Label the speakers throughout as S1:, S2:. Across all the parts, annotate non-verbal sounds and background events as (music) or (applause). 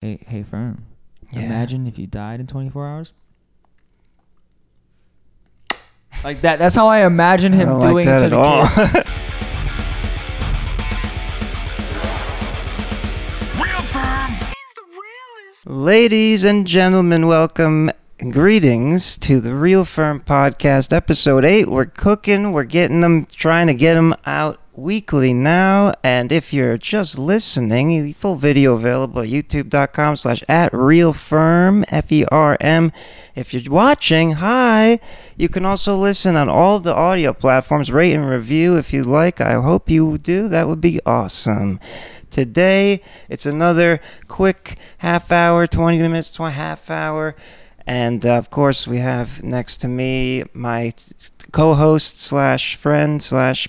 S1: Hey, hey, firm.
S2: Yeah.
S1: Imagine if you died in 24
S2: (laughs)
S1: hours. Like that. That's how I imagine him
S2: I don't
S1: doing it
S2: like that
S1: to
S2: at
S1: the
S2: all.
S1: kid.
S2: (laughs) Ladies and gentlemen, welcome. and Greetings to the Real Firm Podcast, episode eight. We're cooking, we're getting them, trying to get them out weekly now. And if you're just listening, the full video available at youtube.com slash at Real Firm, F E R M. If you're watching, hi. You can also listen on all the audio platforms, rate and review if you like. I hope you do. That would be awesome. Today, it's another quick half hour, 20 minutes to a half hour. And uh, of course, we have next to me my t- co host slash friend slash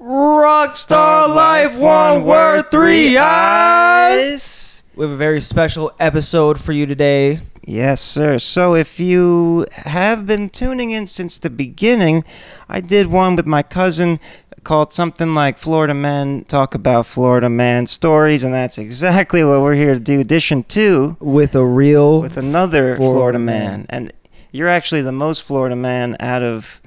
S1: Rockstar Life, one word, three eyes. We have a very special episode for you today.
S2: Yes, sir. So if you have been tuning in since the beginning, I did one with my cousin called something like Florida Men Talk About Florida Man Stories, and that's exactly what we're here to do. Edition two
S1: With a real.
S2: with another
S1: Florida
S2: Florida, man.
S1: man.
S2: and you're actually the most Florida man
S1: (laughs)
S2: out of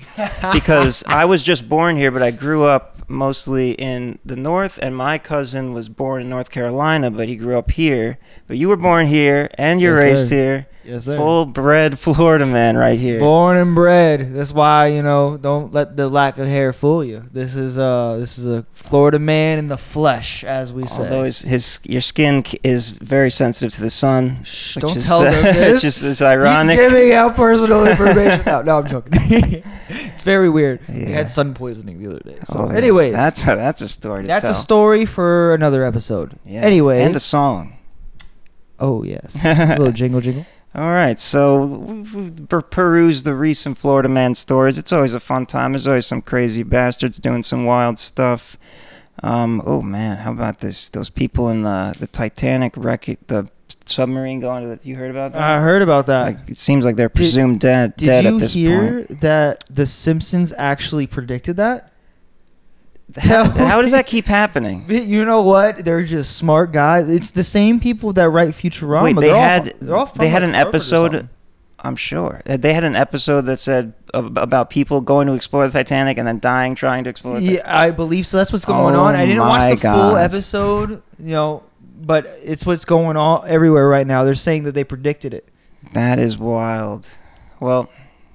S2: because I was just born here, but I grew up mostly in the north, and my cousin was born in North Carolina, but he grew up here. But you were born here, and you're
S1: Yes,
S2: raised
S1: sir.
S2: here.
S1: yes,
S2: Full bred Florida man right here.
S1: Born and bred. That's why you know. Don't let the lack of hair fool you. This is uh, this is a Florida man in the flesh, as we say.
S2: Although his, his your skin c- is very sensitive to the sun,
S1: Shh,
S2: which
S1: don't
S2: is,
S1: tell them this.
S2: (laughs) which is, is ironic.
S1: He's giving out
S2: (laughs)
S1: personal information. no, no, I'm joking. (laughs) it's very weird.
S2: Yeah.
S1: He had sun poisoning the other day. So,
S2: Oh, yeah.
S1: anyways, that's,
S2: that's a, that's a story. To
S1: a
S2: tell.
S1: story for another episode.
S2: Yeah.
S1: Anyways.
S2: and a song.
S1: oh, yes. a (laughs) little jingle
S2: (laughs)
S1: jingle.
S2: All right, so we've we've per- perused the recent Florida Man stories. It's always a fun time. There's always some crazy bastards doing some wild stuff. Um, oh man, how about this? Those people in the the Titanic wreck, the submarine going to the. You heard about that?
S1: I heard about that.
S2: like, it seems like they're presumed dead.
S1: Did
S2: dead
S1: you
S2: at this
S1: (laughs)
S2: point.
S1: hear that The Simpsons actually predicted that?
S2: How,
S1: Tell
S2: how does
S1: me.
S2: that keep happening?
S1: You know what? They're just smart guys. It's the same people that write Futurama.
S2: Wait, they
S1: They're all
S2: had-
S1: fr- they're all from,
S2: they had
S1: like,
S2: an
S1: Harvard or
S2: episode-
S1: something.
S2: I'm sure Uh, they had an episode that said ab- about people going to explore the Titanic and then dying trying to explore. The
S1: Yeah, I believe so. That's what's going
S2: Oh
S1: on. I didn't
S2: my
S1: watch the full
S2: God.
S1: episode, you know, but it's what's going on everywhere right now. They're saying that they predicted it.
S2: Titan- that is wild. Well,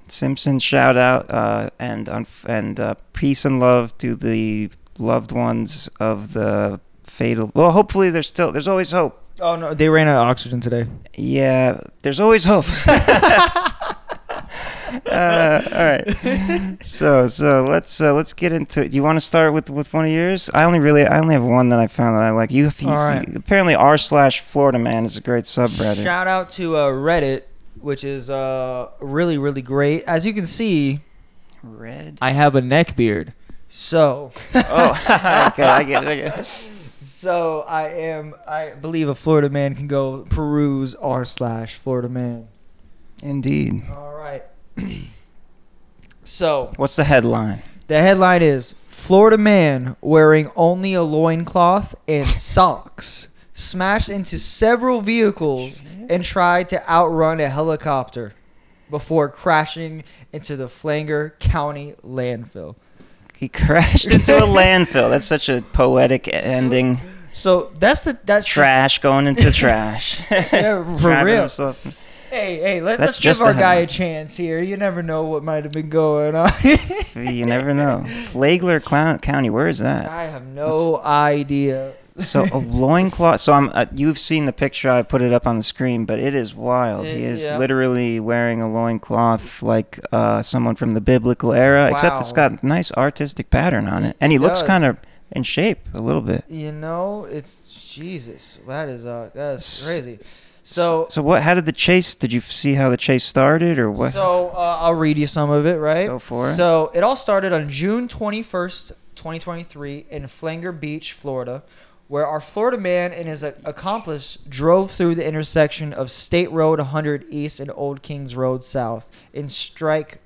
S2: Simpson shout out uh, and un- and uh, peace and love to the loved ones of the fatal. Well, hopefully there's still there's always hope.
S1: Oh no, they ran out of oxygen today.
S2: Yeah, there's always hope. (laughs) uh, all right.
S1: (laughs)
S2: So so let's uh, let's get into it. Do you want to start with with one of yours? I only really I only have one that I found that I like. You, you
S1: All right.
S2: apparently r slash Florida man is a great subreddit.
S1: Shout out to uh, Reddit, which is uh, really really great. As you can see,
S2: Red.
S1: I have a neck beard. So,
S2: Oh, (laughs) okay, I get it. I get it.
S1: so I am. I believe a Florida man can go peruse r slash Florida man.
S2: Indeed.
S1: All right. (clears throat) so
S2: What's the headline?
S1: The headline is Florida man wearing only a loincloth and socks smashed into several vehicles and tried to outrun a helicopter before crashing into the Flanger County landfill. (laughs)
S2: He crashed into a landfill. That's such a poetic ending.
S1: So that's the that's just-
S2: Trash going into trash.
S1: (laughs) Yeah, for
S2: Driving
S1: real.
S2: himself-
S1: hey, hey, let,
S2: That's
S1: us give
S2: just
S1: our
S2: the
S1: guy a
S2: headline.
S1: chance here. You never know what might have been going on. (laughs)
S2: You never know. Flagler Clown County. Where is that?
S1: I have no idea.
S2: So
S1: (laughs)
S2: a loincloth. So I'm. Uh, you've seen the picture. I put it up on the screen, but it is wild. he
S1: Yeah,
S2: is
S1: yeah.
S2: literally wearing a loincloth like uh, someone from the biblical era, except it's
S1: Wow.
S2: got nice artistic pattern on it, and he
S1: It
S2: looks
S1: does.
S2: kind of in shape a little bit.
S1: You know, it's Jesus. That is uh, that's
S2: S-
S1: crazy. So
S2: so what? How did the chase? Did you see how the chase started, or what?
S1: So uh, I'll read you some of it, right?
S2: Go for it.
S1: So it all started on June 21st, 2023, in Flanger Beach, Florida, where our Florida man and his a- accomplice drove through the intersection of State Road 100 East and Old Kings Road South and striked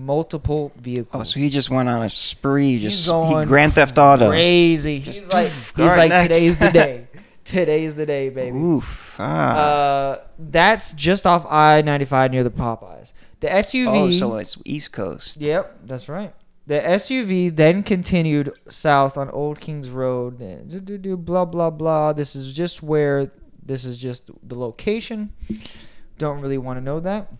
S1: multiple vehicles.
S2: oh, so he just went on a spree.
S1: He's
S2: Just he
S1: going
S2: Grand Theft Auto.
S1: crazy.
S2: Just
S1: he's like,
S2: (laughs) poof,
S1: he's
S2: guard
S1: like
S2: next. (laughs)
S1: today's the day. Today's the day, baby.
S2: Oof. Ah.
S1: Uh, that's just off I ninety five near the Popeyes. The SUV.
S2: oh, so it's East Coast.
S1: Yep, that's right. The SUV then continued south on Old Kings Road. eh, do, do, do, Blah blah blah. This is just where. This is just the location. Don't really want to know that.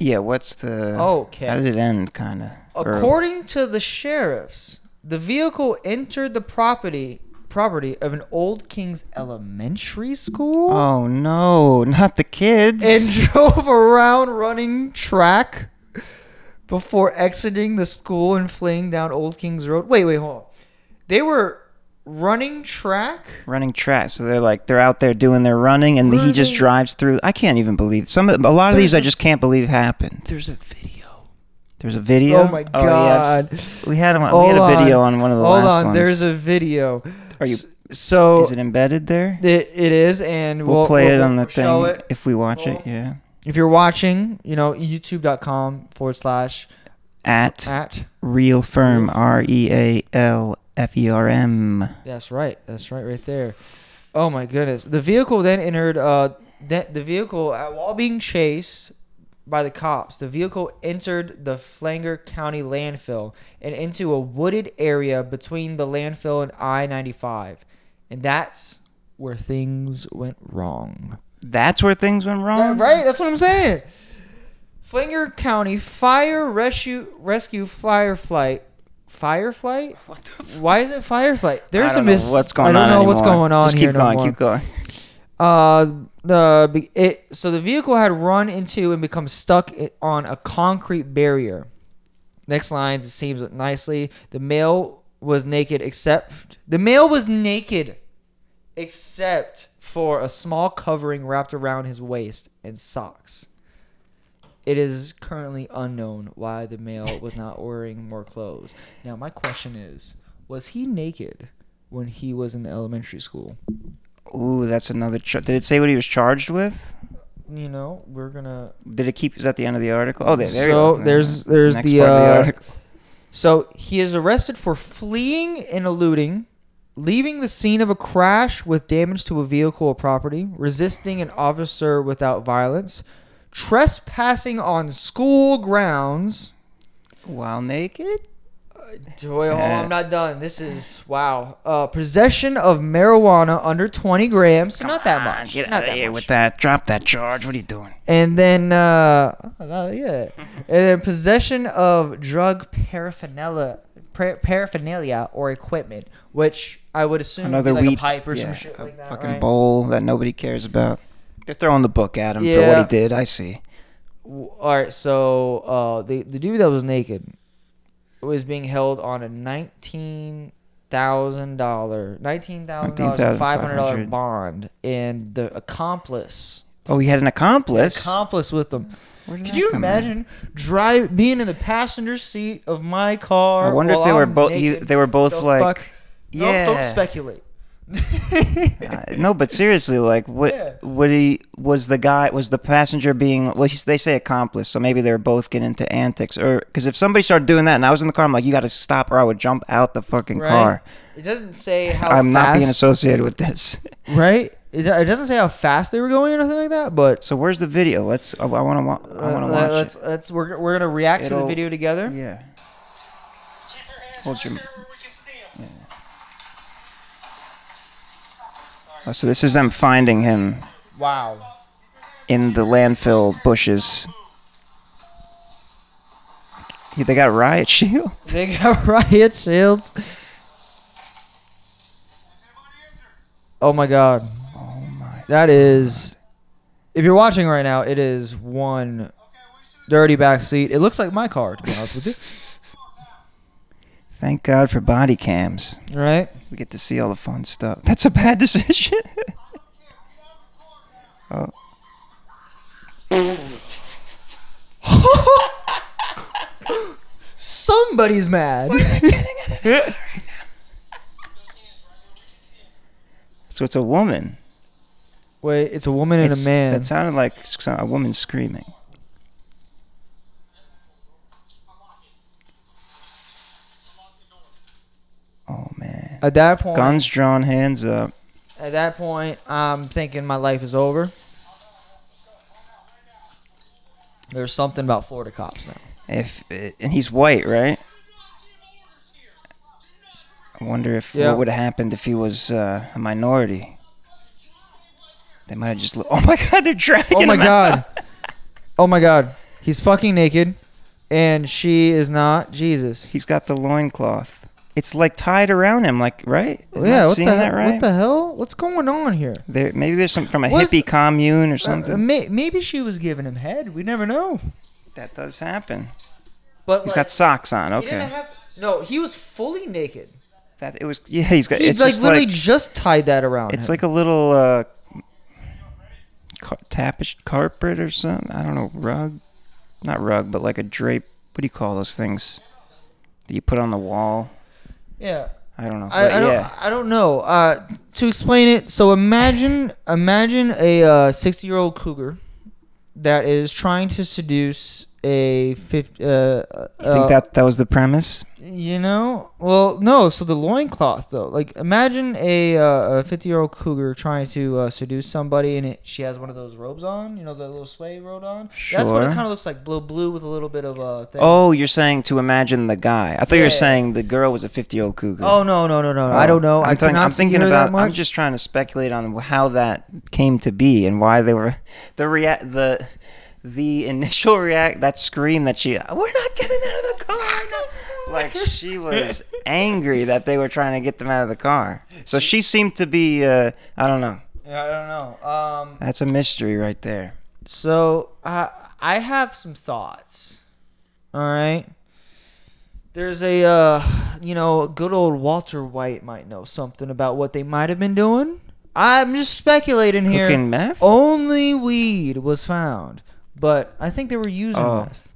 S2: Yeah, what's the.
S1: Oh, Okay.
S2: How did it end, kind of?
S1: According to the sheriffs, the vehicle entered the property property of an Old Kings Elementary School
S2: Oh, no. Not the kids.
S1: and (laughs) drove around running track before exiting the school and fleeing down Old Kings Road. Wait, wait, hold on. They were running track.
S2: running track. So they're like they're out there doing their running, and he just
S1: Running.
S2: drives through. I can't even believe some of a lot of these. I just can't believe happened.
S1: There's a video.
S2: There's a video.
S1: Oh my
S2: I've
S1: God.
S2: s- we had 'em on- Uh, we had a video on, one of the
S1: Hold
S2: last
S1: on,
S2: ones.
S1: there's a video.
S2: Are you?
S1: S- So
S2: is it embedded there?
S1: it, it is, and
S2: We'll,
S1: we'll
S2: play
S1: we'll-
S2: it on the
S1: we'll show
S2: thing
S1: it.
S2: if we watch
S1: We'll-
S2: it. Yeah.
S1: If you're watching, you know, youtube.com forward slash
S2: At
S1: at.
S2: real firm R E A L F E R M.
S1: That's right. That's right, right there. Oh my goodness. The vehicle then entered. Uh, the, the vehicle, uh, while being chased by the cops, the vehicle entered the Flanger County landfill and into a wooded area between the landfill and I 95. And that's where things went wrong.
S2: That's where things went
S1: Yeah,
S2: wrong.
S1: right? That's what I'm saying. Flanger County Fire Rescue Rescue Fire Flight. Fire flight?
S2: What the
S1: Why is it fire flight?
S2: I
S1: There's
S2: don't
S1: a
S2: know
S1: mis.
S2: What's going
S1: I don't
S2: on?
S1: know
S2: anymore.
S1: what's going on
S2: Just
S1: here
S2: keep
S1: no
S2: going.
S1: more.
S2: keep going.
S1: Uh, the be- it so the vehicle had run into and become stuck i- on a concrete barrier. Next lines it seems nicely. The male was naked except the male was naked except for a small covering wrapped around his waist and socks. It is currently unknown why the male was not wearing more clothes. Now my question is, was he naked when he was in elementary school?
S2: Ooh, that's another. Char- Did it say what he was charged with?
S1: You know, we're gonna
S2: Did it keep? Is that the end of the article? Oh, there, there you
S1: So,
S2: go.
S1: there's-
S2: That's
S1: there's
S2: next
S1: the,
S2: part of
S1: uh,
S2: article.
S1: So he is arrested for fleeing and eluding, leaving the scene of a crash with damage to a vehicle or property, resisting an officer without violence, trespassing on school grounds.
S2: While naked.
S1: Wait, hold
S2: (laughs)
S1: on, I'm not done. This is wow. Uh, possession of marijuana under 20 grams, so not that
S2: Come on,
S1: much.
S2: Ah, Get
S1: not
S2: out
S1: that
S2: of here
S1: much.
S2: with that. Drop that charge. What are you doing?
S1: And then, uh, oh, yeah, and then possession of drug paraphernalia, par- paraphernalia or equipment, which I would assume would be
S2: Another
S1: like
S2: weed
S1: a pipe or some
S2: yeah,
S1: shit
S2: a
S1: like that,
S2: fucking
S1: right?
S2: bowl that nobody cares about. They're throwing the book at him for what
S1: Yeah.
S2: he did. I see.
S1: W- All right, so uh, the the dude that was naked was being held on a nineteen thousand dollar, nineteen thousand five hundred dollar
S2: $19,500.
S1: bond, and the accomplice,
S2: Oh, he had an
S1: the
S2: accomplice.
S1: accomplice with them.
S2: Where did
S1: Could
S2: that
S1: you
S2: come in?
S1: imagine drive being in the passenger seat of my car?
S2: I wonder if
S1: while
S2: they were
S1: I'm
S2: both. you-
S1: naked?
S2: They were both
S1: The
S2: like.
S1: fuck?
S2: Yeah.
S1: Don't, don't
S2: (laughs)
S1: speculate.
S2: Uh, no, but seriously, like, what?
S1: Yeah.
S2: What he was the guy? Was the passenger being? Well, he's- they say accomplice, so maybe they were both getting into antics, or because if somebody started doing that and I was in the car, I'm like, you got to stop, or I would jump out the fucking
S1: Right?
S2: car.
S1: It doesn't say how.
S2: I'm not being
S1: fast-
S2: associated with this. (laughs)
S1: right. It, it doesn't say how fast they were going or nothing like that. But
S2: So where's the video? Let's. I want to. Wa- I want
S1: uh,
S2: to watch
S1: let's let's we're, we're gonna react to the
S2: It'll-
S1: video together.
S2: it. Yeah.
S3: Keep your hands
S2: Hold
S3: right
S2: your-
S3: there where we can see 'em.
S2: Oh, so this is them finding him
S1: Wow.
S2: in the landfill bushes. Yeah, They got riot (laughs) shield.
S1: They got (laughs) riot shields. Oh my god.
S2: Oh my.
S1: That is. If you're watching right now, it is one dirty backseat. It looks like my car, to be honest with you.
S2: Thank God for body cams.
S1: (laughs) Right?
S2: We get to see all the fun stuff. That's a bad (laughs) decision. oh.
S1: Somebody's mad.
S2: So it's a woman.
S1: Wait, it's a woman and
S2: It's-
S1: a man.
S2: That sounded like s- a woman screaming. Oh man.
S1: At that point,
S2: Oh, Guns drawn, hands up.
S1: At that point, I'm thinking my life is over. There's something about Florida cops now.
S2: If and he's white, right? I wonder if
S1: Yeah.
S2: what would have happened if he was uh, a minority. They might have just. Lo- (laughs) oh my God, they're dragging.
S1: Oh my
S2: him out.
S1: god.
S2: (laughs)
S1: Oh my god. He's fucking naked and she is not Jesus.
S2: He's got the loincloth. It's like tied around him, like right? Am I
S1: Oh, yeah, what the,
S2: seeing
S1: hell,
S2: that right?
S1: what the hell? What's going on here?
S2: There, maybe there's some from a
S1: What is-
S2: hippie commune or
S1: Uh,
S2: something.
S1: may, maybe she was giving him head. We never know.
S2: that does happen.
S1: But
S2: He's
S1: like,
S2: got socks on.
S1: he didn't
S2: Okay.
S1: have no, he was fully naked.
S2: That it was. Yeah, he's got.
S1: He
S2: it's
S1: like
S2: just
S1: literally
S2: like
S1: just tied that around.
S2: it's
S1: him.
S2: like a little uh, car- tapestry carpet or something. I don't know, rug, not rug, but like a drape. What do you call those things that you put on the wall?
S1: yeah.
S2: I don't know.
S1: I,
S2: but
S1: I don't.
S2: yeah,
S1: I don't know. Uh, to explain it, so imagine imagine a uh, sixty-year-old cougar that is trying to seduce a fifty. Uh,
S2: you think
S1: uh,
S2: that that was the premise?
S1: you know? Well, no. So the loincloth, though. Like, imagine a uh, a fifty-year-old cougar trying to uh, seduce somebody, and it, she has one of those robes on. You know, the little sway robe on. That's what it
S2: Sure.
S1: kind of looks like. Blue, blue with a little bit of a uh, thing.
S2: Oh, you're saying to imagine the guy. I thought you
S1: Yeah.
S2: were saying the girl was a 50 year old cougar.
S1: Oh, no, no, no, no! no. I don't know.
S2: I'm,
S1: I
S2: talking-
S1: cannot
S2: I'm
S1: see
S2: thinking
S1: her
S2: about.
S1: That much.
S2: I'm just trying to speculate on how that came to be and why they were the rea- the the initial react that scream that she we're not getting out of the car. we're not-" like she was angry that they were trying to get them out of the car. So she seemed to be. Uh, I don't know.
S1: Yeah, I don't know. Um.
S2: That's a mystery right there.
S1: So uh, I have some thoughts. All right. There's a, uh, you know, good old Walter White might know something about what they might have been doing. I'm just speculating here. Oh.
S2: Cooking meth?
S1: Only weed was found, but I think they were using
S2: Oh.
S1: meth.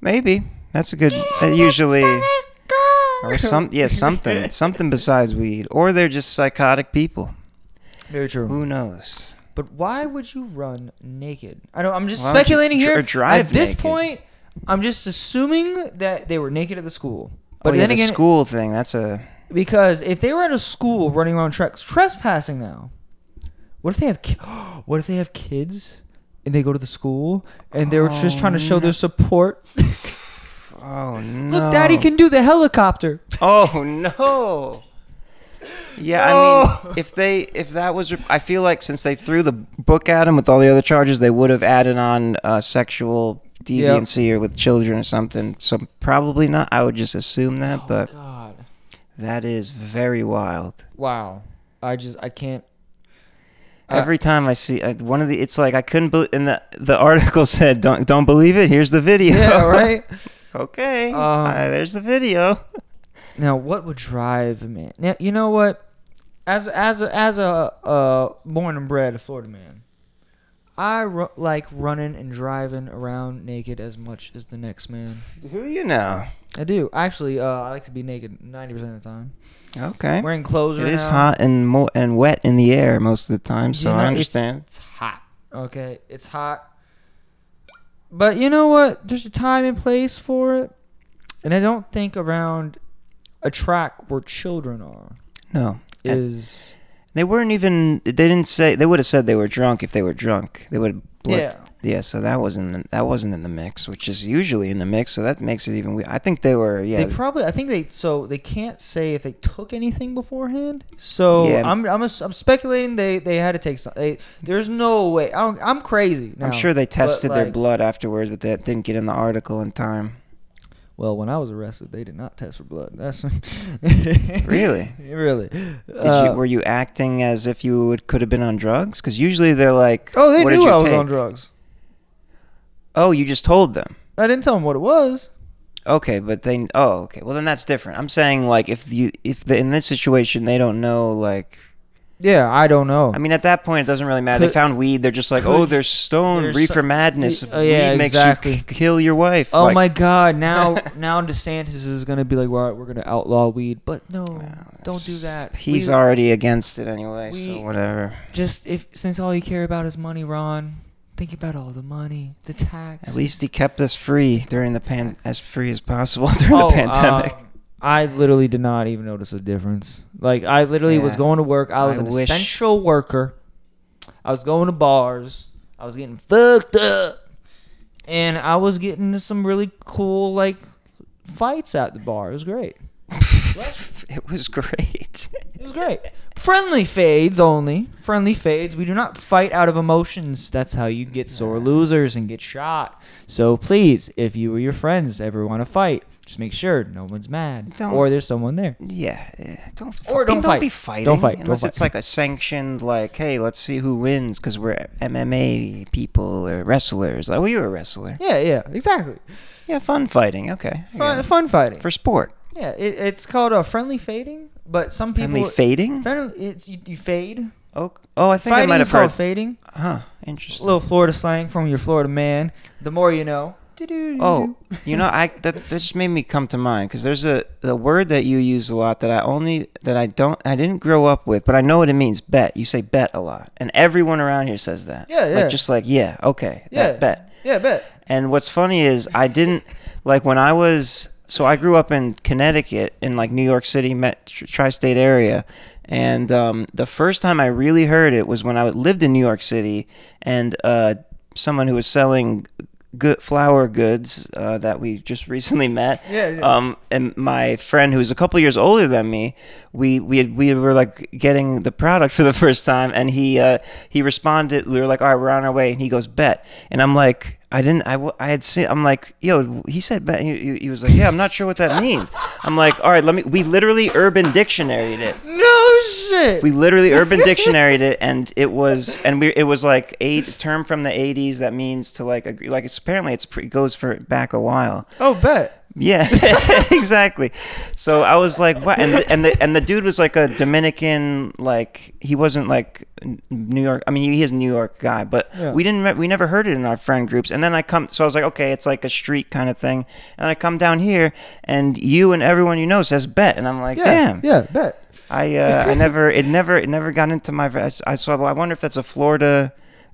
S2: Maybe that's a good. That usually. Or some, yeah, something, something besides weed, or they're just psychotic people.
S1: (laughs) Very true.
S2: Who knows?
S1: But why would you run naked? I don't. I'm just
S2: Why would you
S1: speculating
S2: dr-
S1: here.
S2: or drive
S1: at this
S2: naked?
S1: point, I'm just assuming that they were naked at the school. But
S2: But oh, yeah,
S1: then
S2: the
S1: again,
S2: school thing. That's a
S1: Because if they were at a school running around tre- trespassing now, what if they have ki- (gasps) what if they have kids and they go to the school and they were just trying to show their support?
S2: Oh no!
S1: Look, Daddy can do the helicopter.
S2: (laughs) Oh no! Yeah, I mean, if they if that was, I feel like since they threw the book at him with all the other charges, they would have added on uh, sexual deviancy or with children or something. So probably not. I would just assume that, but
S1: Oh, God,
S2: that is very wild.
S1: wow! I just I
S2: (laughs)
S1: can't. Uh,
S2: Every time I see I, one of the, it's like I couldn't. believe. And the the article (laughs) said, "Don't don't believe it." Here's the video.
S1: Yeah, right.
S2: (laughs) okay.
S1: Um,
S2: Uh, there's the video. (laughs)
S1: Now, what would drive a man? Now, you know what? As as a, as a uh, born and bred Florida man, I ru- like running and driving around naked as much as the next man.
S2: Who you know?
S1: I do actually. Uh, I like to be naked ninety percent of the time.
S2: Okay.
S1: Wearing clothes.
S2: It
S1: right
S2: is
S1: now.
S2: hot and mo- and wet in the air most of the time, so
S1: You know,
S2: I
S1: it's-
S2: understand.
S1: It's, hot. Okay, it's hot. But you know what? There's a time and place for it, and I don't think around a track where children are
S2: No, And-
S1: is.
S2: they weren't even. They didn't say. They would have said they were drunk if they were drunk. They would.
S1: Yeah.
S2: Yeah. So that wasn't in the- that wasn't in the mix, which is usually in the mix. So that makes it even. we- I think they were. Yeah.
S1: They probably. I think they. So they can't say if they took anything beforehand. So
S2: Yeah.
S1: I'm. I'm. ass- I'm speculating they. They had to take some. They, there's no way. I don't, I'm crazy.
S2: I'm
S1: now,
S2: sure they
S1: but,
S2: tested their
S1: like,
S2: blood afterwards, but that didn't get in the article in time.
S1: Well, when I was arrested, they did not test for blood. That's (laughs)
S2: Really?
S1: really. Uh,
S2: Did you, were you acting as if you would, could have been on drugs? Because usually they're like,
S1: oh, they
S2: what did
S1: knew
S2: you
S1: I was
S2: take?
S1: on drugs.
S2: Oh, you just told them.
S1: I didn't tell them what it was.
S2: Okay, but they oh okay. Well then that's different. I'm saying like if you if the, in this situation they don't know like
S1: Yeah, I don't know.
S2: I mean at that point it doesn't really matter.
S1: Could-
S2: they found weed. They're just like oh
S1: could-
S2: there's stone
S1: there's
S2: reefer
S1: some-
S2: madness.
S1: Oh, yeah,
S2: weed
S1: exactly.
S2: makes you k- kill your wife.
S1: oh
S2: Like,
S1: my God!
S2: (laughs)
S1: Now, now DeSantis is gonna be like, "All right, we're gonna outlaw weed," but no, don't do that.
S2: He's
S1: We-
S2: already against it anyway. so
S1: we-
S2: whatever.
S1: just if since all you care about is money, Ron, think about all the money, the tax.
S2: (laughs)
S1: uh, (laughs)
S2: At least he kept us free during the pan as free as possible during the pandemic.
S1: Oh, um, I literally did not even notice a difference. Like I literally was
S2: Yeah.
S1: going to work. I was
S2: I
S1: an
S2: wish-
S1: essential worker. I was going to bars. I was getting fucked up, and I was getting into some really cool like fights at the bar. It was great.
S2: it was great. (laughs)
S1: It was great. Friendly fades only. Friendly fades. We do not fight out of emotions. That's how you get sore losers and get shot. So please, if you or your friends ever want to fight, just make sure no one's mad
S2: Don't-
S1: or there's someone there.
S2: yeah, eh, don't
S1: Or
S2: fucking-
S1: don't fight.
S2: be
S1: Don't
S2: fighting
S1: fight, don't
S2: unless
S1: fight.
S2: it's like a sanctioned like hey let's see who wins because we're MMA people or wrestlers like well you're a wrestler
S1: Yeah, yeah, exactly.
S2: yeah fun fighting okay
S1: Fun,
S2: I got it.
S1: fun fighting.
S2: for sport
S1: Yeah, it, it's called a friendly fading, but some people
S2: friendly fading
S1: friendly- it's you, you fade.
S2: oh, oh I think I
S1: Fighting
S2: might
S1: is
S2: have
S1: called
S2: heard
S1: fading.
S2: huh
S1: A
S2: interesting
S1: little Florida slang from your Florida man. The more you know.
S2: (laughs)
S1: (laughs)
S2: Oh, you know, I that, that just made me come to mind because there's a the word that you use a lot that I only that I don't I didn't grow up with, but I know what it means. Bet. You say bet a lot, and everyone around here says that.
S1: Yeah, yeah.
S2: Like just like yeah, okay,
S1: Yeah.
S2: that bet.
S1: Yeah, bet.
S2: And what's funny is I didn't like when I was so I grew up in Connecticut in like New York City met tri-state area, and um, the first time I really heard it was when I lived in New York City, and uh, someone who was selling good flower goods uh, that we just (laughs) recently met.
S1: Yeah, yeah.
S2: Um, and my friend who was a couple years older than me, we we had, we were like getting the product (laughs) for the first time, and he uh, he responded. We were like, "All right, we're on our way," and he goes, "Bet," and I'm like. I didn't. I, w- I had seen. I'm like, yo. He said, bet. He, he- he was like, yeah. I'm not sure what that means. I'm like, all right. Let me. We literally Urban Dictionaryed it.
S1: No shit.
S2: We literally Urban Dictionaryed it, and it was and we it was like a term from the '80s that means to like agree. Like it's apparently it's pre, goes for back a while.
S1: oh, bet.
S2: Yeah, (laughs) exactly. So I was like, what? And the, and the and the dude was like a Dominican, like he wasn't like N- New York. I mean, he is a New York guy, but
S1: Yeah.
S2: we didn't re- we never heard it in our friend groups. And then I come, so I was like, okay, it's like a street kind of thing. And I come down here, and you and everyone you know says bet, and I'm like,
S1: Yeah,
S2: damn,
S1: yeah, bet.
S2: I uh, I never it never it never got into my I, s- I saw I wonder if that's a Florida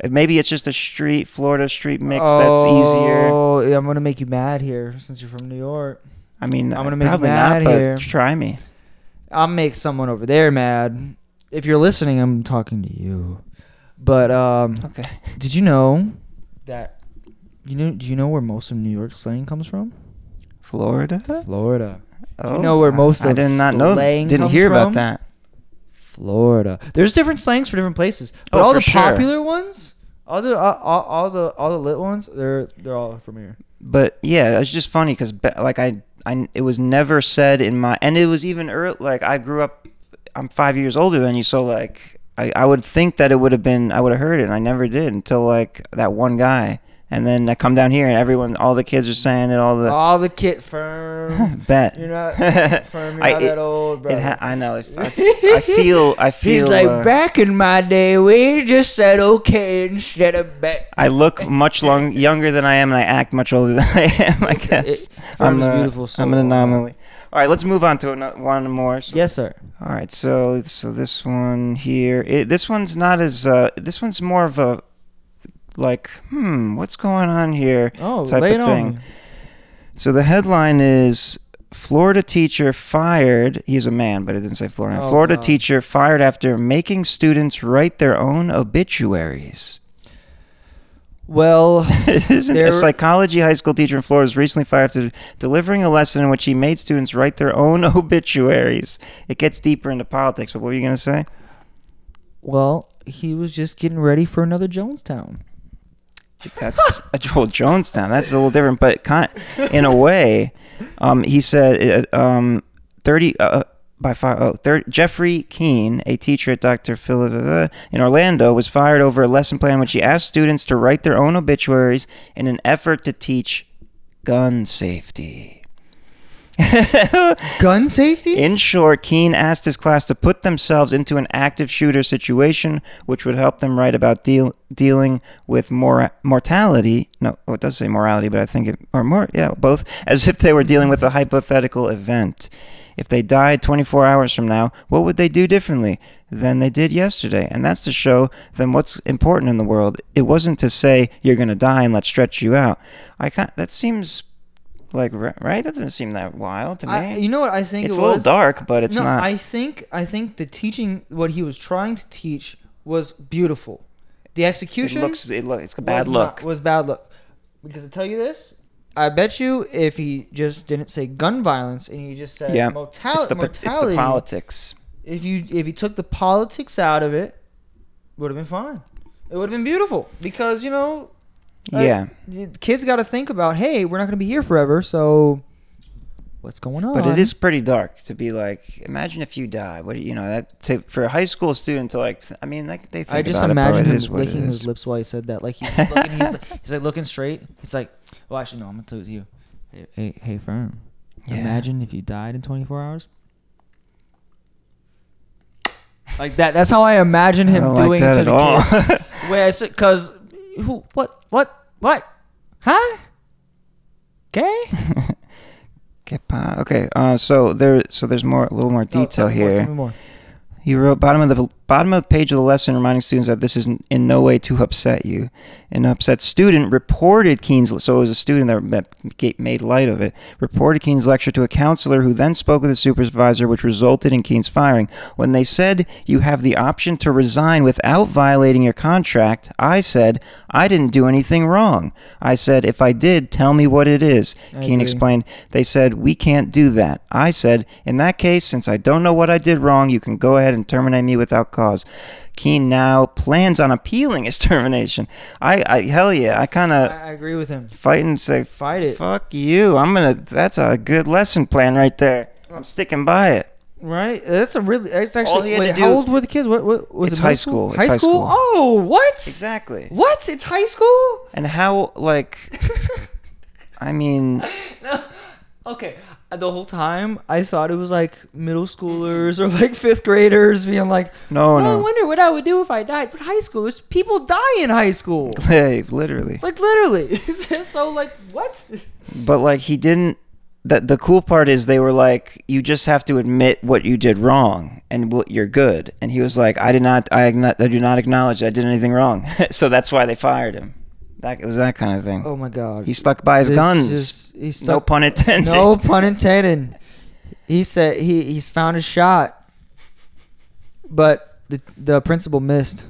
S2: maybe it's just a street Florida street mix that's easier.
S1: Oh, yeah, I'm gonna make you mad here since you're from New York.
S2: I mean
S1: I'm gonna make you
S2: probably
S1: mad
S2: not but
S1: here.
S2: try me.
S1: I'll make someone over there mad. If you're listening, I'm talking to you. But um,
S2: Okay.
S1: did you know that you know? Do you know where most of New York slang comes from?
S2: Florida?
S1: Florida.
S2: Oh,
S1: know where
S2: I-
S1: most
S2: I
S1: of
S2: did not know
S1: slang
S2: didn't
S1: comes
S2: hear
S1: from?
S2: about that.
S1: Florida. There's different slangs for different places, but
S2: Oh,
S1: all
S2: for
S1: the
S2: sure.
S1: popular ones, all the all, all, all the all the lit ones, they're they're all from here.
S2: But yeah, it was just funny cuz like I I it was never said in my and it was even early, like I grew up I'm 5 years older than you so like I, I would think that it would have been I would have heard it and I never did until like that one guy and then I come down here and everyone all the kids are saying it all the
S1: All the kit firm.
S2: (laughs) bet
S1: You're not firm. You're
S2: I-
S1: not
S2: it-
S1: that old, bro.
S2: It ha- I know. it's- I, I feel. I
S1: (laughs)
S2: feel.
S1: He's like,
S2: uh,
S1: back in my day, we just said okay instead of bet.
S2: I look much long, younger than I am, and I act much older than (laughs) I am. I guess
S1: it-
S2: I'm,
S1: Farmer's
S2: a-
S1: beautiful uh,
S2: I'm
S1: soul.
S2: an anomaly. All right, let's move on to ano- one more. So-
S1: Yes, sir.
S2: All right, so so this one here, it, this one's not as. Uh, this one's more of a like, hmm, what's going on here?
S1: Oh,
S2: type
S1: lay it
S2: of
S1: on
S2: thing.
S1: me.
S2: So the headline is Florida teacher fired. He's a man, but it didn't say Florida.
S1: Oh,
S2: Florida
S1: God.
S2: teacher fired after making students write their own obituaries.
S1: Well,
S2: (laughs) Isn't
S1: There-
S2: a psychology high school teacher in Florida was recently fired after delivering a lesson in which he made students write their own (laughs) obituaries. It gets deeper into politics, but what were you going to say?
S1: well, he was just getting ready for another Jonestown. (laughs)
S2: That's a Joel Jonestown. That's a little different, but kind, in a way, um, he said uh, um, thirty uh, by five. Oh, 30, Jeffrey Keene, a teacher at Dr. Philip uh, in Orlando, was fired over a lesson plan in which he asked students to write their own obituaries in an effort to teach gun safety.
S1: Gun safety?
S2: In short, Keene asked his class to put themselves into an active shooter situation, which would help them write about deal, dealing with mor- mortality. No, oh, it does say morality, but I think it, or more, yeah, both, (laughs) as if they were dealing with a hypothetical event. If they died 24 hours from now, what would they do differently than they did yesterday? And that's to show them what's important in the world. It wasn't to say you're going to die and let's stretch you out. I can that seems Like, ri- right? That doesn't seem that wild to me.
S1: I, you know what I think
S2: it's
S1: it
S2: a little
S1: was?
S2: dark, but it's
S1: no,
S2: not.
S1: I think I think the teaching what he was trying to teach was beautiful. The
S2: it
S1: execution
S2: looks. It looks. It's a bad
S1: was
S2: look.
S1: Not, was bad look. Because I tell you this, I bet you if he just didn't say gun violence and he just said
S2: yeah.
S1: mortal-
S2: it's, the, po- it's
S1: mortality,
S2: the politics.
S1: if you if you took the politics out of it, would have been fine. It would have been beautiful because you know, uh,
S2: yeah.
S1: the kids got to think about hey, we're not going to be here forever, so what's going on?
S2: But it is pretty dark to be like, imagine if you die. What do you you know that to, for a high school student to like. th- I mean, like they think
S1: I just
S2: about
S1: imagine
S2: it, but
S1: him
S2: it is what it
S1: licking his
S2: is.
S1: lips while he said that. Like
S2: (laughs)
S1: he's looking, he's like, he's like looking straight. He's like, well, actually, no, I'm gonna tell it to you. Hey, hey, hey firm.
S2: Yeah.
S1: Imagine if you died in 24 hours. Like that. That's how I imagine
S2: I
S1: him
S2: don't
S1: doing
S2: like
S1: it
S2: that
S1: to
S2: at
S1: the
S2: all.
S1: kid.
S2: (laughs)
S1: (laughs) Where it's because who? What? What? What? Huh? Okay.
S2: Okay, pa- okay. Uh, so there, so there's more, a little
S1: No,
S2: more detail
S1: tell me more,
S2: here.
S1: tell me more.
S2: He wrote bottom of the bottom of the page of the lesson, reminding students that this is n- in no way to upset you. An upset student reported Keene's. So it was a student that, that ga- made light of it. Reported Keene's lecture to a counselor, who then spoke with the supervisor, which resulted in Keene's firing. When they said you have the option to resign without violating your contract, I said I didn't do anything wrong. I said if I did, tell me what it is.
S1: I
S2: Keene
S1: agree.
S2: explained explained, They said, We can't do that. I said, In that case, since I don't know what I did wrong, you can go ahead and terminate me without cause. Keen now plans on appealing his (laughs) termination. I, I hell yeah, I kind
S1: I,
S2: of
S1: I agree with him.
S2: fight and say,
S1: Fight it.
S2: Fuck you. I'm gonna, that's a good lesson plan right there. I'm sticking by it.
S1: Right? That's a really. It's
S2: All
S1: actually.
S2: he had
S1: Wait,
S2: to
S1: how
S2: do-
S1: old were the kids? What, what was
S2: It's
S1: it? middle
S2: high school. It's
S1: High
S2: high
S1: school.
S2: school.
S1: Oh, what?
S2: Exactly.
S1: What? It's high
S2: (laughs)
S1: school.
S2: And how,
S1: (laughs)
S2: like, I mean,
S1: No. Okay. The whole time I thought it was like middle schoolers or like fifth graders being like,
S2: No,
S1: "Well,
S2: no.
S1: I wonder what I would do if I died." But high schoolers, people die in high school.
S2: (laughs) hey, literally.
S1: Like literally. (laughs) so like what?
S2: But like he didn't. The the cool part is they were like, you just have to admit what you did wrong and what you're good. And he was like, I did not. I, agno- I do not acknowledge I did anything wrong. (laughs) so that's why they fired him. That it was that kind of thing.
S1: Oh my god.
S2: He stuck by his
S1: This
S2: guns.
S1: is- he
S2: no
S1: stuck-
S2: pun intended.
S1: No pun intended. He said he he's found his shot, but the the principal missed.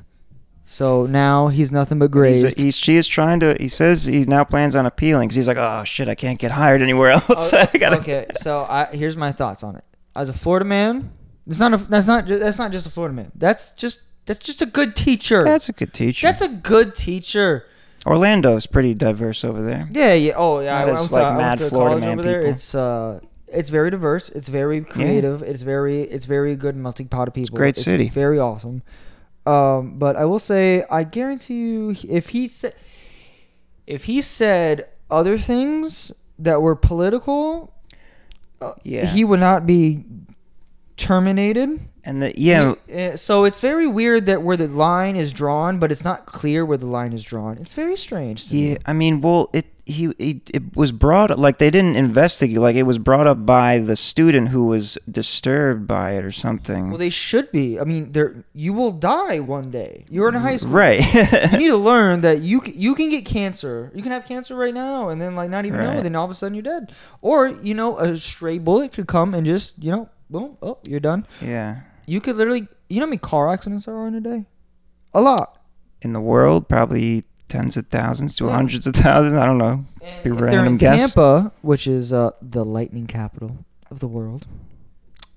S1: So now he's nothing but
S2: (laughs) He's,
S1: grazed.
S2: he's she is trying to. He says he now plans on appealing because he's like, oh shit, I can't get hired anywhere (laughs) else.
S1: Oh,
S2: I gotta,
S1: okay, so I, here's my thoughts on it. As a Florida man, it's not a, that's not ju- that's not just a Florida man. That's just that's just a good teacher. That's,
S2: (laughs) That's a good teacher.
S1: a good teacher.
S2: Orlando is pretty diverse over there.
S1: Yeah, yeah. Oh, yeah. I
S2: Not
S1: went
S2: as,
S1: to,
S2: like,
S1: I went
S2: mad
S1: to a
S2: Florida
S1: college
S2: man
S1: over there.
S2: people.
S1: It's uh, it's very diverse. It's very creative. It's very it's very good melting pot of people.
S2: great city.
S1: Very awesome. Um, but I will say, I guarantee you, if he said if he said other things that were political,
S2: Yeah.
S1: he would not be terminated.
S2: and the, yeah,
S1: Uh, So it's very weird that where the line is drawn, but it's not clear where the line is drawn. It's very strange. to me.
S2: Yeah, I mean, well, it he, he it was brought like they didn't investigate, like it was brought up by the student who was disturbed by it or something.
S1: Well, they should be. I mean, they're you will die one day. You're in high school.
S2: (laughs) right.
S1: You need to learn that you c- you can get cancer. You can have cancer right now, and then like not even know.
S2: Right.
S1: Then all of a sudden you're dead. Or you know, a stray bullet could come and just you know, boom, oh, you're done.
S2: yeah,
S1: You could literally, you know, how many car accidents there are in a day? A lot.
S2: in the world, probably tens of thousands to
S1: Yeah.
S2: hundreds of thousands. I don't know.
S1: And
S2: Be
S1: if they're
S2: random
S1: in
S2: guess.
S1: Tampa, which is uh, the lightning capital of the world.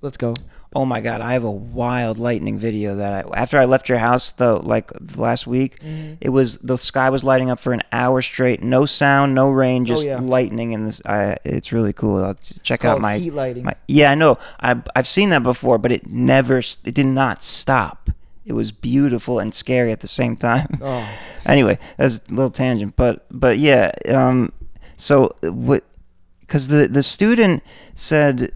S1: Let's go.
S2: Oh my god, I have a wild lightning video that I after I left your house though, like last week,
S1: Mm-hmm.
S2: it was the sky was lighting up for an hour straight, no sound, no rain, just
S1: yeah.
S2: lightning, and this. I, it's really cool. I'll just check out
S1: Called
S2: my
S1: heat lighting.
S2: My, yeah, I know. I've, I've seen that before, but it never, it did not stop. It was beautiful and scary at the same time.
S1: Oh.
S2: anyway, that's a little tangent, but but yeah. Um, so what? Because the the student said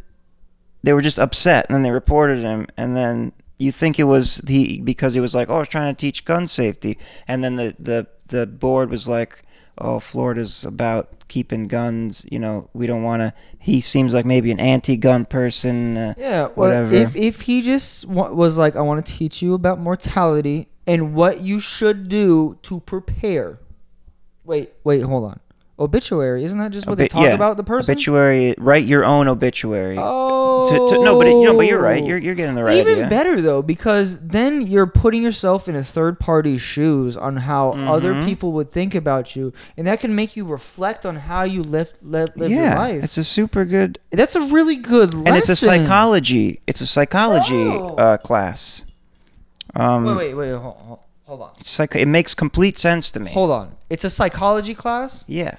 S2: they were just upset, and then they reported him, and then you think it was he because he was like, oh, I was trying to teach gun safety, and then the the the board was like. Oh, Florida's about keeping guns. You know, we don't want to. He seems like maybe an anti-gun person. Uh,
S1: Yeah, well,
S2: whatever.
S1: if if he just wa- was like, I want to teach you about mortality and what you should do to prepare. Wait, wait, hold on. obituary. Isn't that just what they
S2: Obi-
S1: talk
S2: yeah,
S1: about the person?
S2: Obituary. Write your own obituary.
S1: Oh,
S2: To- to- no, but it, you know, but you're right. You're you're getting the right
S1: Even
S2: idea.
S1: better though, because then you're putting yourself in a third party's shoes on how other
S2: Mhm.
S1: people would think about you, and that can make you reflect on how you live live, live your
S2: yeah,
S1: life.
S2: it's a super good,
S1: That's a really good lesson.
S2: and it's a psychology. It's a psychology
S1: Oh.
S2: uh, class. Um,
S1: Wait, wait, wait, hold, hold- hold on,
S2: psych- it makes complete sense to me.
S1: hold on. It's a psychology class.
S2: yeah.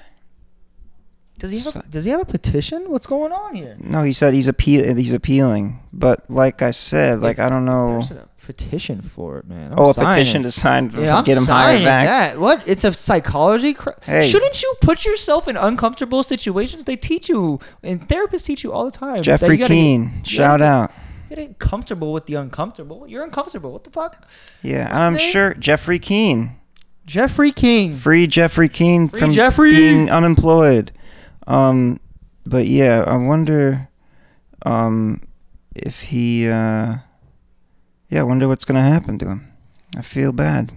S1: Does he have
S2: Psy-
S1: a, does he have a petition? What's going on here?
S2: No, he said he's appeal. He's appealing, but like I said, like I don't know.
S1: There's a petition for it, man. I'm
S2: Oh, a
S1: signing
S2: petition
S1: it.
S2: to sign to
S1: Yeah, I'm
S2: get him hired
S1: signing
S2: back.
S1: that. What? It's a psychology. Cr-
S2: Hey.
S1: Shouldn't you put yourself in uncomfortable situations? They teach you, and therapists teach you all the time. that
S2: Jeffrey
S1: you gotta
S2: Keane, shout out.
S1: Get, you gotta get comfortable with the uncomfortable. You're uncomfortable. What the fuck?
S2: Yeah,
S1: his
S2: I'm
S1: name?
S2: sure Jeffrey Keane.
S1: Jeffrey King.
S2: Free Jeffrey Keane
S1: Free
S2: from
S1: Jeffrey!
S2: being unemployed. Um, but yeah, I wonder um, if he. Uh, yeah, I wonder what's gonna happen to him. I feel bad.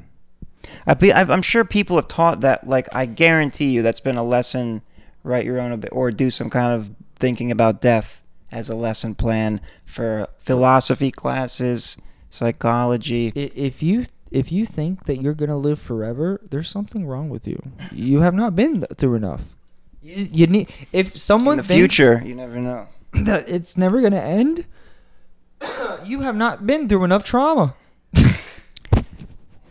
S2: I be, I've, I'm sure people have taught that. Like, I guarantee you, that's been a lesson. Write your own, ob- or do some kind of thinking about death as a lesson plan for philosophy classes, psychology.
S1: I- If you if you think that you're gonna live forever, there's something wrong with you. You have not been through enough. You, you need if someone
S2: In the
S1: thinks
S2: future, you never know.
S1: (coughs) that it's never gonna end. (coughs) you have not been through enough trauma.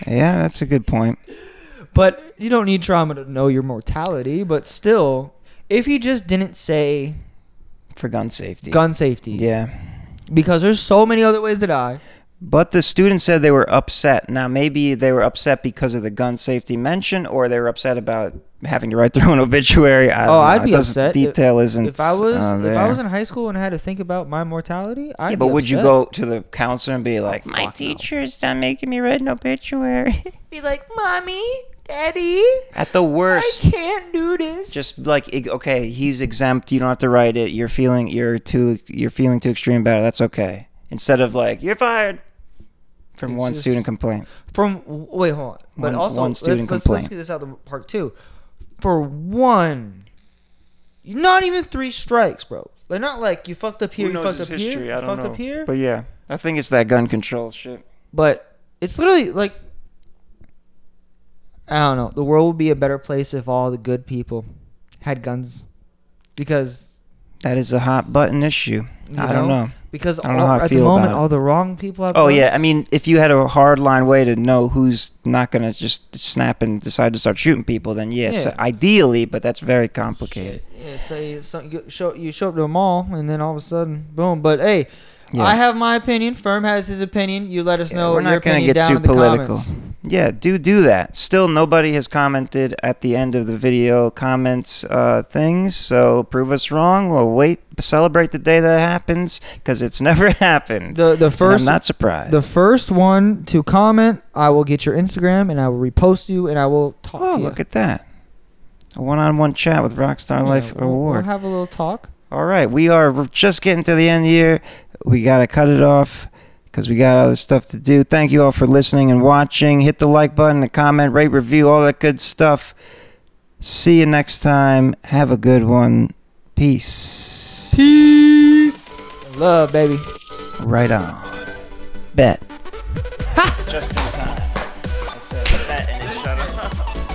S2: Yeah, that's a good point.
S1: But you don't need trauma to know your mortality. But still, if he just didn't say
S2: for gun safety.
S1: gun safety,
S2: Yeah.
S1: because there's so many other ways to die.
S2: But the students said they were upset. Now, maybe they were upset because of the gun safety mention, or they were upset about having to write their own (laughs) obituary. I don't
S1: Oh,
S2: know.
S1: I'd
S2: It
S1: be
S2: doesn't-
S1: upset if-
S2: Detail isn't.
S1: If I was
S2: uh,
S1: if I
S2: there.
S1: was in high school and had to think about my mortality, I'd
S2: yeah, but
S1: be
S2: would you
S1: upset.
S2: go to the counselor and be like, "My
S1: fuck no."
S2: teacher's not making me write an obituary"?
S1: be like, "Mommy, Daddy,
S2: (laughs) At the worst,
S1: I can't do this."
S2: just like ig- okay, he's exempt. You don't have to write it. You're feeling you're too you're feeling too extreme about it. That's okay. Instead of like you're fired from
S1: It's
S2: one
S1: just-
S2: student complaint.
S1: from wait, hold on. But
S2: One-
S1: also,
S2: one student
S1: let's, let's, let's
S2: complaint.
S1: get this out of the part two. For one, not even three strikes, bro. They're not like you fucked up here,
S2: Who
S1: you
S2: knows
S1: fucked up
S2: his
S1: here,
S2: history?
S1: you
S2: I don't
S1: fucked
S2: know.
S1: up here.
S2: But yeah, I think it's that gun control shit.
S1: But it's literally like I don't know. The world would be a better place if all the good people had guns, because
S2: That is a hot button issue.
S1: You
S2: I don't
S1: know?
S2: know.
S1: because
S2: I don't know
S1: all-
S2: how I
S1: at the
S2: feel about
S1: moment
S2: it.
S1: all the wrong people have.
S2: Oh
S1: guns.
S2: yeah, I mean, if you had a hard line way to know who's not gonna just snap and decide to start shooting people, then yes,
S1: Yeah.
S2: ideally, but that's very complicated.
S1: Shit. Yeah, say so you show you show up to a mall and then all of a sudden, boom. But hey,
S2: Yeah.
S1: I have my opinion. Firm has his opinion. You let us
S2: Yeah,
S1: know. your
S2: we're not gonna
S1: opinion
S2: get
S1: down
S2: too
S1: in the
S2: political.
S1: comments.
S2: Yeah, do do that. Still, nobody has commented at the end of the video comments uh, things. So prove us wrong. We'll wait, celebrate the day that happens, because it's (laughs) never happened.
S1: The the
S2: And
S1: first
S2: I'm not surprised.
S1: the first one to comment, I will get your Instagram and I will repost you and I will talk
S2: Oh,
S1: to you.
S2: look at that. A one on one chat with Rockstar
S1: Yeah,
S2: Life
S1: we'll- We'll
S2: Award.
S1: have a little talk.
S2: All right, we are we're just getting to the end here. We got to cut it off because we got other stuff to do. Thank you all for listening and watching. Hit the like button, the comment, rate, review, all that good stuff. See you next time. Have a good one. Peace.
S1: Peace. Love, baby.
S2: Right on.
S1: (laughs)
S2: Bet. just in time. I said bet and it shut up.